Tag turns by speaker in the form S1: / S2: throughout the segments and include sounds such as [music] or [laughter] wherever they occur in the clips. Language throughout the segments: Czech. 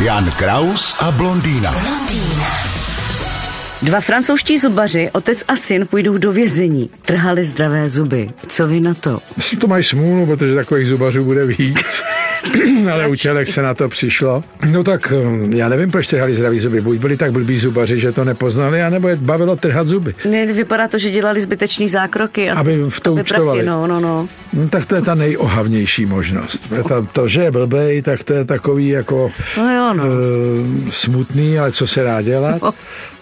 S1: Jan Kraus a blondýna.
S2: Dva francouzští zubaři, otec a syn, půjdou do vězení. Trhali zdravé zuby. Co vy na to?
S3: To mají smůlu, protože takových zubařů bude víc.
S2: [laughs]
S3: Ale u tělek se na to přišlo. No tak hm, já nevím, proč trhali zdravý zuby. Buď byli tak blbí zubaři, že to nepoznali, anebo je bavilo trhat zuby.
S2: Ne, vypadá to, že dělali zbytečný zákroky. A
S3: Aby v to účtovali.
S2: Prachy, no, no, no.
S3: No, tak to je ta nejohavnější možnost. Ta, to, že je blbej, tak to je takový jako
S2: No jo, no.
S3: eh, smutný, ale co se dá dělat.
S2: No.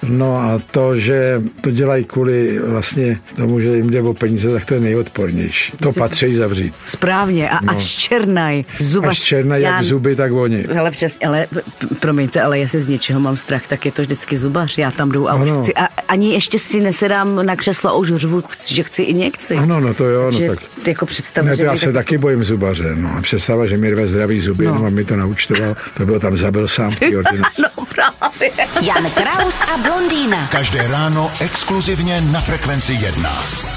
S3: No a to, že to dělají kvůli vlastně tomu, že jim jde o peníze, tak to je nejodpornější. To patří zavřít.
S2: Správně. A no. až černaj. Zubař.
S3: Až černé jak
S2: No vlastně, Já-
S3: zuby, tak oni.
S2: Hele, přes, ale p- promiňte, ale jestli z něčeho mám strach, tak je to vždycky zubař. Já tam jdu a už
S3: Ano.
S2: chci. A ani ještě si nesedám na křeslo a už řvu, že chci injekci.
S3: Ano, no to jo, no
S2: že
S3: tak.
S2: jako představu,
S3: Ne, to
S2: že
S3: já
S2: bych
S3: se taky bojím zubaře. No. A představa, že mi rve zdravý zuby, no. no a mi to naučtoval, to bylo tam zabil sám v ordinaci.
S2: No právě.
S4: Jan Kraus a blondýna.
S1: Každé ráno exkluzivně na Frekvenci 1.